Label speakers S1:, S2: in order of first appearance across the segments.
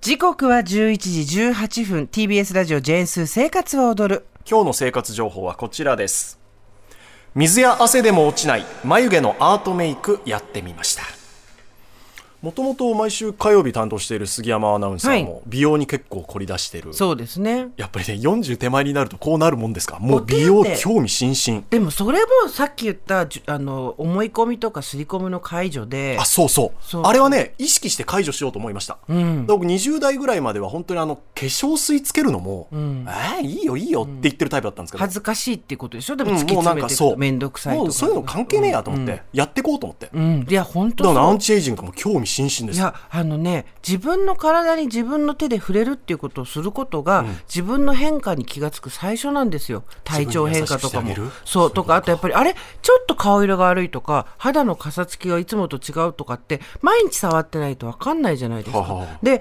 S1: 時刻は11時18分 TBS ラジオジェーンスー生活を踊る
S2: 今日の生活情報はこちらです水や汗でも落ちない眉毛のアートメイクやってみましたもともと毎週火曜日担当している杉山アナウンサー
S1: はい
S2: も美容に結構凝り出してる、
S1: そうですね
S2: やっぱりね40手前になるとこうなるもんですかもう美容
S1: お手当
S2: 興味津々
S1: でもそれもさっき言ったじゅあの思い込みとか刷り込みの解除で
S2: あそうそう
S1: そう
S2: あれはね意識して解除しようと思いました、で僕20代ぐらいまでは本当にあの化粧水つけるのも、えーいいよいいよって言ってるタイプだったんですけど、
S1: 恥ずかしいってことでしょでも
S2: う
S1: 突
S2: ん
S1: き
S2: もうな
S1: 詰
S2: ん
S1: め
S2: か
S1: てい
S2: そ
S1: く
S2: う
S1: と面倒くさいと
S2: もう
S1: か
S2: そういうの関係ねえやと思って、やってこうと思って、
S1: うん、いや本当
S2: だからア
S1: そ
S2: ンチエイジングとかも興味津
S1: う
S2: 々で
S1: い
S2: す
S1: やあのね自分の体に自分の手で触れるっていうことをすることが、自分の変化に気がつく最初なんですよ体調変化とかも
S2: 自分に優しくしてあげ
S1: そ
S2: る
S1: うとかあとやっぱりあれちょっと顔色が悪いとか肌のかさつきがいつもと違うとかって毎日触ってないと分かんないじゃないですか。
S2: はは
S1: で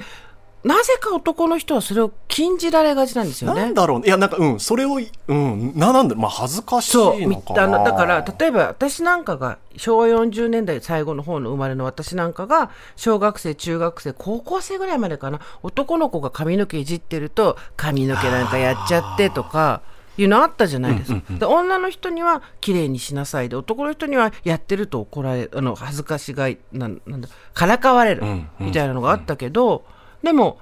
S1: なぜか男の人はそれを禁じられがちなんですよね。
S2: なんだろうねいやなんかうんそれをうんななんだまあ恥ずかしい
S1: そうみ
S2: のかな
S1: あのだから例えば私なんかが昭和40年代最後の方の生まれの私なんかが小学生中学生高校生ぐらいまでかな男の子が髪の毛いじってると髪の毛なんかやっちゃってとか。いうのあったじゃないですか、で女の人には綺麗にしなさいで男の人にはやってると怒られあの恥ずかしがいなんなんだからかわれる
S2: んうん
S1: みたいなのがあったけど、でも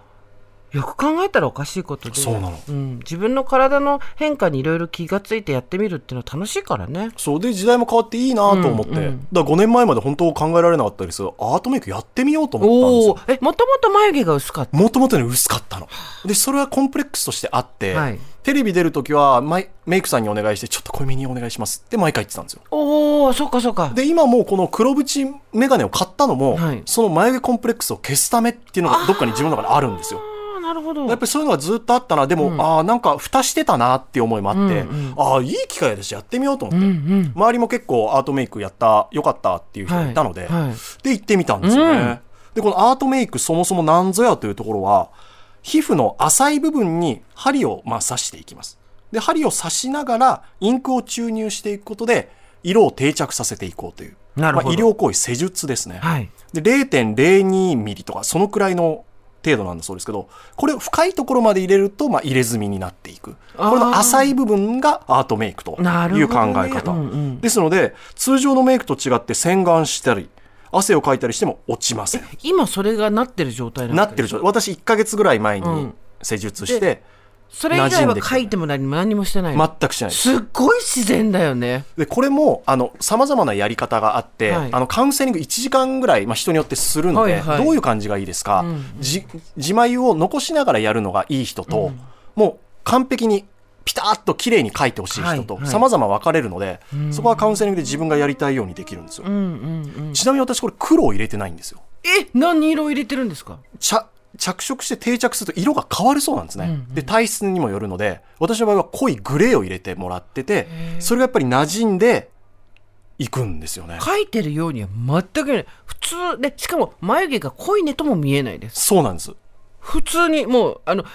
S1: よく考えたらおかしいことで
S2: そうなの
S1: うん、自分の体の変化にいろいろ気がついてやってみるっていうのは楽しいからね
S2: そうで時代も変わっていいなと思って、
S1: うんうん
S2: だから5年前まで本当考えられなかったですアートメイクやってみようと思ったんです
S1: お
S2: よ
S1: おえもともと眉毛が薄かった
S2: もともとね薄かったのでそれはコンプレックスとしてあって、
S1: はい
S2: テレビ出る時はマイメイクさんにお願いしてちょっと濃いめにお願いしますって毎回言ってたんですよ
S1: おおそうかそうか
S2: で今もうこの黒縁メガネを買ったのも、
S1: はい
S2: その眉毛コンプレックスを消すためっていうのがどっかに自分の中であるんですよ
S1: ああなるほど
S2: やっぱりそういうのがずっとあったなでも、ああなんか蓋してたなっていう思いもあって、
S1: うん
S2: ああいい機会だしやってみようと思って、
S1: うんうん
S2: 周りも結構アートメイクやったよかったっていう人がいたの
S1: は
S2: で、
S1: いはい
S2: で行ってみたんですよね、
S1: うん
S2: でこのアートメイクそもそもなんぞやというところは皮膚の浅い部分に針をまあ刺していきますで針を刺しながらインクを注入していくことで色を定着させていこうという
S1: なるほど
S2: まあ、医療行為施術ですね、
S1: はい
S2: で0.02ミリとかそのくらいの程度なんだそうですけどこれを深いところまで入れると、まあ、入れ墨になっていく
S1: あー
S2: これの浅い部分がアートメイクという考
S1: な
S2: え
S1: るほどね
S2: 方、
S1: うんうん
S2: ですので通常のメイクと違って洗顔したり汗をかいたりしても落ちません
S1: 今それがなってる状態なん
S2: なってる状態私1か月ぐらい前
S1: う
S2: に
S1: ん
S2: 施術して、
S1: でそれ以
S2: 馴
S1: 外
S2: 染ん
S1: は
S2: できた
S1: 書いても何も何もしてないの、
S2: 全くしないです
S1: すっごい自然だよね
S2: でこれもさまざまなやり方があって、
S1: はい
S2: あのカウンセリング1時間ぐらい、まあ、人によってするので、
S1: はいはい
S2: どういう感じがいいですか、じ自眉を残しながらやるのがいい人と、もう完璧にピタッと綺麗に描いてほしい人
S1: は
S2: と
S1: いはい
S2: さまざま分かれるので、そこはカウンセリングで自分がやりたいようにできるんですよ、
S1: うんうんうん
S2: ちなみに私これ黒を入れてないんですよ
S1: え何色入れてるんですか
S2: 着着色して定着すると色が変わるそうなんですね、で体質にもよるので私の場合は濃いグレーを入れてもらっててそれがやっぱり馴染んでいくんですよね
S1: 書いてるようには全く見えない普通でしかも眉毛が濃いねとも見えないです
S2: そうなんです
S1: 普通にもうあの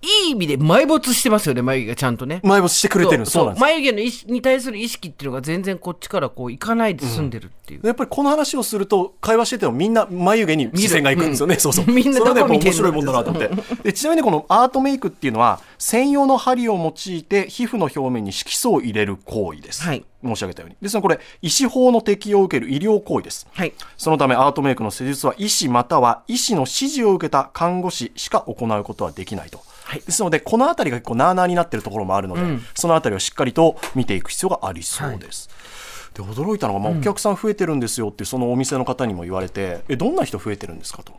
S1: いい意味で埋没してますよね眉毛がちゃんとね
S2: 埋没してくれてるそうなんです
S1: 眉毛の意識に対する意識っていうのが全然こっちからこういかないで済んでるっていう、
S2: やっぱりこの話をすると会話しててもみんな眉毛に視線がいくんですよね、そうそう
S1: みんな
S2: そ
S1: どこ
S2: れはねも
S1: 見
S2: う
S1: て
S2: 面
S1: んの
S2: 白いもんだなと思って でちなみにこのアートメイクっていうのは専用の針を用いて皮膚の表面に色素を入れる行為です、
S1: はい
S2: 申し上げたようにですのでこれ医師法の適用を受ける医療行為です
S1: はい
S2: そのためアートメイクの施術は医師または医師の指示を受けた看護師しか行うことはできないと。
S1: はい
S2: ですので、この辺りが結構なあなあになってるところもあるので、その辺りをしっかりと見ていく必要がありそうです。で驚いたのが、まあ、お客さん増えてるんですよってそのお店の方にも言われて、えどんな人増えてるんですかと。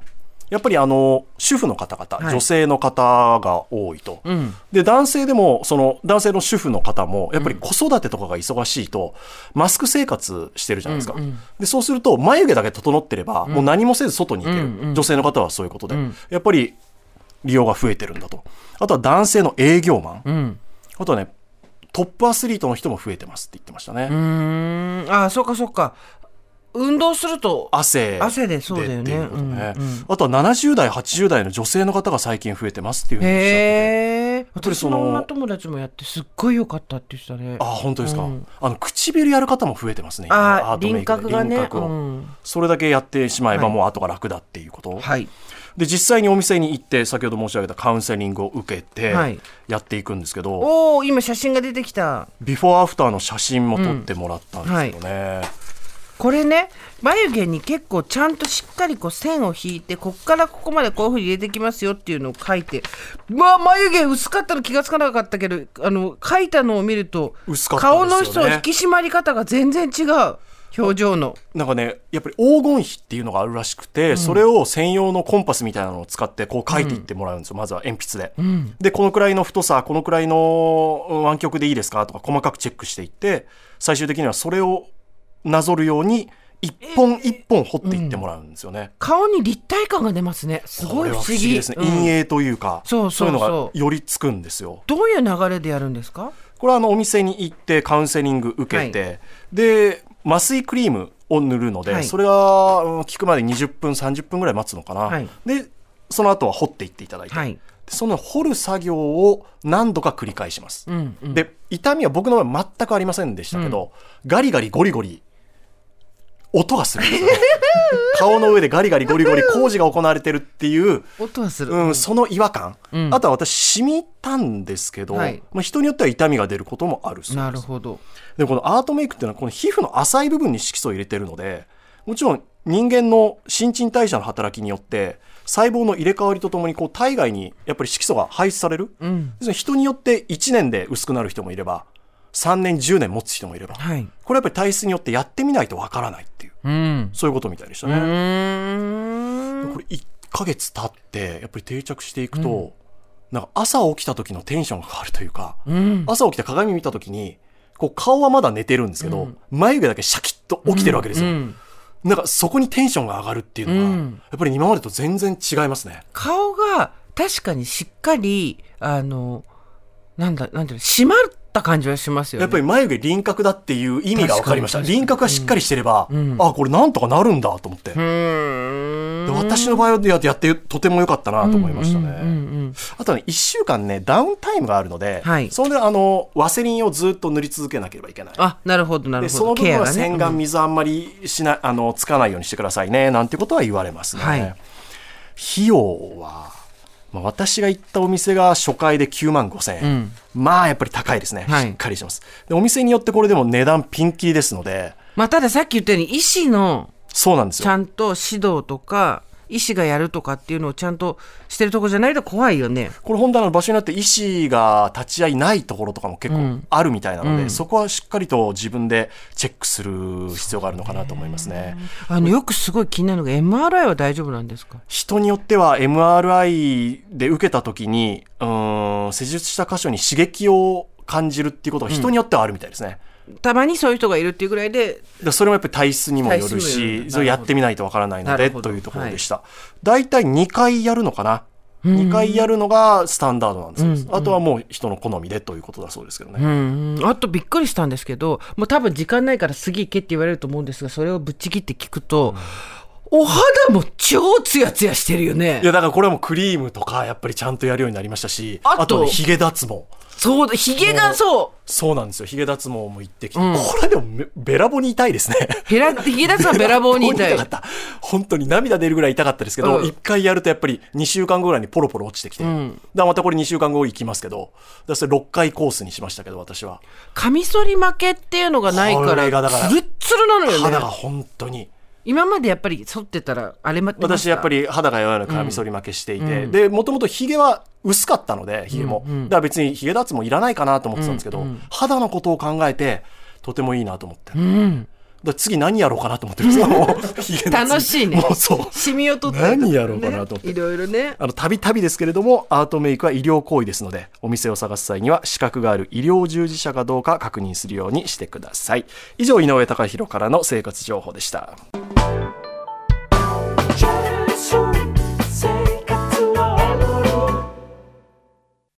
S2: やっぱりあの主婦の方々、
S1: はい
S2: 女性の方が多いと、で男性でもその男性の主婦の方もやっぱり子育てとかが忙しいと、マスク生活してるじゃないですか、でそうすると眉毛だけ整ってれば、もう何もせず外に行ける、女性の方はそういうことで、やっぱり利用が増えてるんだとあとは男性の営業マン、
S1: うん
S2: あとはねトップアスリートの人も増えてますって言ってましたね、
S1: うーんああそうかそうか運動すると
S2: 汗
S1: 汗でそうだよね
S2: っていうことね
S1: うんうん
S2: あとは70代80代の女性の方が最近増えてますっていうふうにおっしゃってて
S1: へえ
S2: ぱり
S1: 私
S2: そ
S1: の
S2: の
S1: 女友達もやってすっごい良かったって言ってたね
S2: あ本当ですか、
S1: うん
S2: あの唇やる方も増えてますね今
S1: あ
S2: ア
S1: あ
S2: ートメ
S1: 輪
S2: イクで
S1: 郭がね
S2: 輪郭を
S1: うん
S2: それだけやってしまえば
S1: はい
S2: もう後が楽だっていうこと、
S1: はい
S2: で実際にお店に行って先ほど申し上げたカウンセリングを受けて
S1: はい
S2: やっていくんですけど、
S1: おお今写真が出てきた
S2: ビフォーアフターの写真も撮ってもらったんですよね、
S1: これね眉毛に結構ちゃんとしっかりこう線を引いてこっからここまでこういうふうに入れてきますよっていうのを書いてまあ眉毛薄かったの気がつかなかったけどあの書いたのを見ると、
S2: 薄かったです
S1: 顔
S2: よね
S1: の人の引き締まり方が全然違う表情の
S2: なんかねやっぱり黄金比っていうのがあるらしくて、それを専用のコンパスみたいなのを使ってこう書いていってもらうんですよ、まずは鉛筆で、でこのくらいの太さこのくらいのうん湾曲でいいですかとか細かくチェックしていって最終的にはそれをなぞるように一本一本掘っていってもらうんですよね、
S1: 顔に立体感が出ますねす
S2: こ
S1: ごい
S2: れ
S1: 不
S2: は
S1: 思
S2: 不思議
S1: 議
S2: ですね、
S1: うん
S2: 陰影というか
S1: そうそうそう
S2: いうのがよりつくんですよ
S1: どういう流れでやるんですか
S2: これはあのお店に行ってカウンセリング受けて、で麻酔クリームを塗るので、
S1: はい
S2: それがうん効くまで20分30分ぐらい待つのかな、
S1: はい
S2: でその後は掘っていっていただいて、
S1: はい
S2: でその掘る作業を何度か繰り返します、
S1: うんうん
S2: で痛みは僕の場合全くありませんでしたけど、ガリガリゴリゴリ音がするん ですよね顔の上でガリガリゴリゴリ工事が行われてるっていう
S1: 音はする、
S2: うん、その違和感、
S1: うん
S2: あとは私染みたんですけど、
S1: はい
S2: まあ、人によっては痛みが出ることもあるそう
S1: な
S2: で
S1: る
S2: す
S1: ほど
S2: でこのアートメイクっていうのはこの皮膚の浅い部分に色素を入れてるのでもちろん人間の新陳代謝の働きによって細胞の入れ替わりとともにこう体外にやっぱり色素が排出される、
S1: うん
S2: ですから人によって1年で薄くなる人もいれば3年10年持つ人もいれば
S1: はい
S2: これやっぱり体質によってやってみないとわからないっていう
S1: うん
S2: そういうことみたいでした
S1: う
S2: ね。
S1: ーん
S2: これ1ヶ月経ってやっぱり定着していくと、なんか朝起きた時のテンションが変わるというか、
S1: うん
S2: 朝起きて鏡見た時にこう顔はまだ寝てるんですけど、眉毛だけシャキッと起きてるわけですよ、
S1: うん
S2: なんかそこにテンションが上がるっていうのが、
S1: うん
S2: やっぱり今までと全然違いますね
S1: 顔が確かにしっかりあのなんだなんていうの締まった感じはしますよね
S2: やっぱり眉毛輪郭だっていう意味が分かりました
S1: 確かに
S2: 輪郭がしっかりしてれば、あこれなんとかなるんだと思って、
S1: う
S2: で
S1: ーん
S2: 私の場合はややってとても良かったなと思いましたね、
S1: うんうん
S2: あとね、1週間ね、ダウンタイムがあるので、
S1: はい
S2: それであの、ワセリンをずっと塗り続けなければいけない。
S1: あなるほどなる
S2: で、
S1: ほど
S2: その分は
S1: ケア
S2: 洗顔、水あんまりしない、あの、つかないようにしてくださいね、なんてことは言われますね。
S1: はい
S2: 費用は、まあ、私が行ったお店が初回で9万5千円。
S1: うん
S2: まあ、やっぱり高いですね。
S1: はい
S2: しっかりします。で、お店によってこれでも値段ピンキリですので、
S1: まあ、たださっき言ったように医師の
S2: そうなんです
S1: ち
S2: よ。
S1: ゃんと指導とか医師がやるとかっていうのをちゃんとしてるとこじゃないと怖いよね
S2: これ本棚の場所になって医師が立ち会いないところとかも結構あるみたいなので、そこはしっかりと自分でチェックする必要があるのかなと思いますね。
S1: あのよくすごい気になるのが MRI は大丈夫なんですか
S2: 人によっては MRI で受けた時に、うーん、施術した箇所に刺激を感じるっていうことが人によってはあるみたいですね。
S1: たまにそういう人がいるっていうぐらいで
S2: だからそれもやっぱり体質にもよる
S1: 体質にもよるなるほ
S2: し、
S1: ど
S2: それやってみないとわからないの
S1: な
S2: で
S1: るほど
S2: というところでした。大体2回やるのかな。2回やるのがスタンダードなんですよ、あとはもう人の好みでということだそうですけどね。
S1: うんうんあとびっくりしたんですけどもう多分時間ないから次行けって言われると思うんですがそれをぶっちぎって聞くと、お肌も超ツヤツヤしてるよね
S2: いやだからこれはもうクリームとかやっぱりちゃんとやるようになりましたし
S1: あと
S2: あとヒゲ脱毛
S1: そうだひげがそう
S2: そうなんですよヒゲ脱毛も行ってきて、これでもめべらぼに痛いですね
S1: へらひげだつはべらぼう にいたい
S2: べらぼうに痛かった本当に涙出るぐらい痛かったですけど、
S1: うん
S2: 一回やるとやっぱり2週間後ぐらいにポロポロ落ちてきて、だからまたこれ2週間後行きますけどだからそれ6回コースにしましたけど私は
S1: カミソリ負けっていうのがないか
S2: これがだ
S1: ら
S2: から
S1: ツルッツルなのよ
S2: 肌が
S1: ね
S2: 本当に
S1: 今までやっぱり剃ってたらあれま
S2: 私やっぱ
S1: り
S2: り肌が柔らかいカミソリ負けしていて、でもともとヒゲは薄かったのでヒゲも、だから別にヒゲ脱毛いらないかなと思ってたんですけど、肌のことを考えてとてもいいなと思って、だから次何やろうかなと思ってるんですよ もうヒゲ脱毛
S1: 楽しいね
S2: もうそう
S1: シミを取ったりとかね
S2: 何やろうかなと思って
S1: いろいろね
S2: あの、たびたびですけれども、アートメイクは医療行為ですので、お店を探す際には資格がある医療従事者かどうか確認するようにしてください。以上、井上隆弘からの生活情報でした。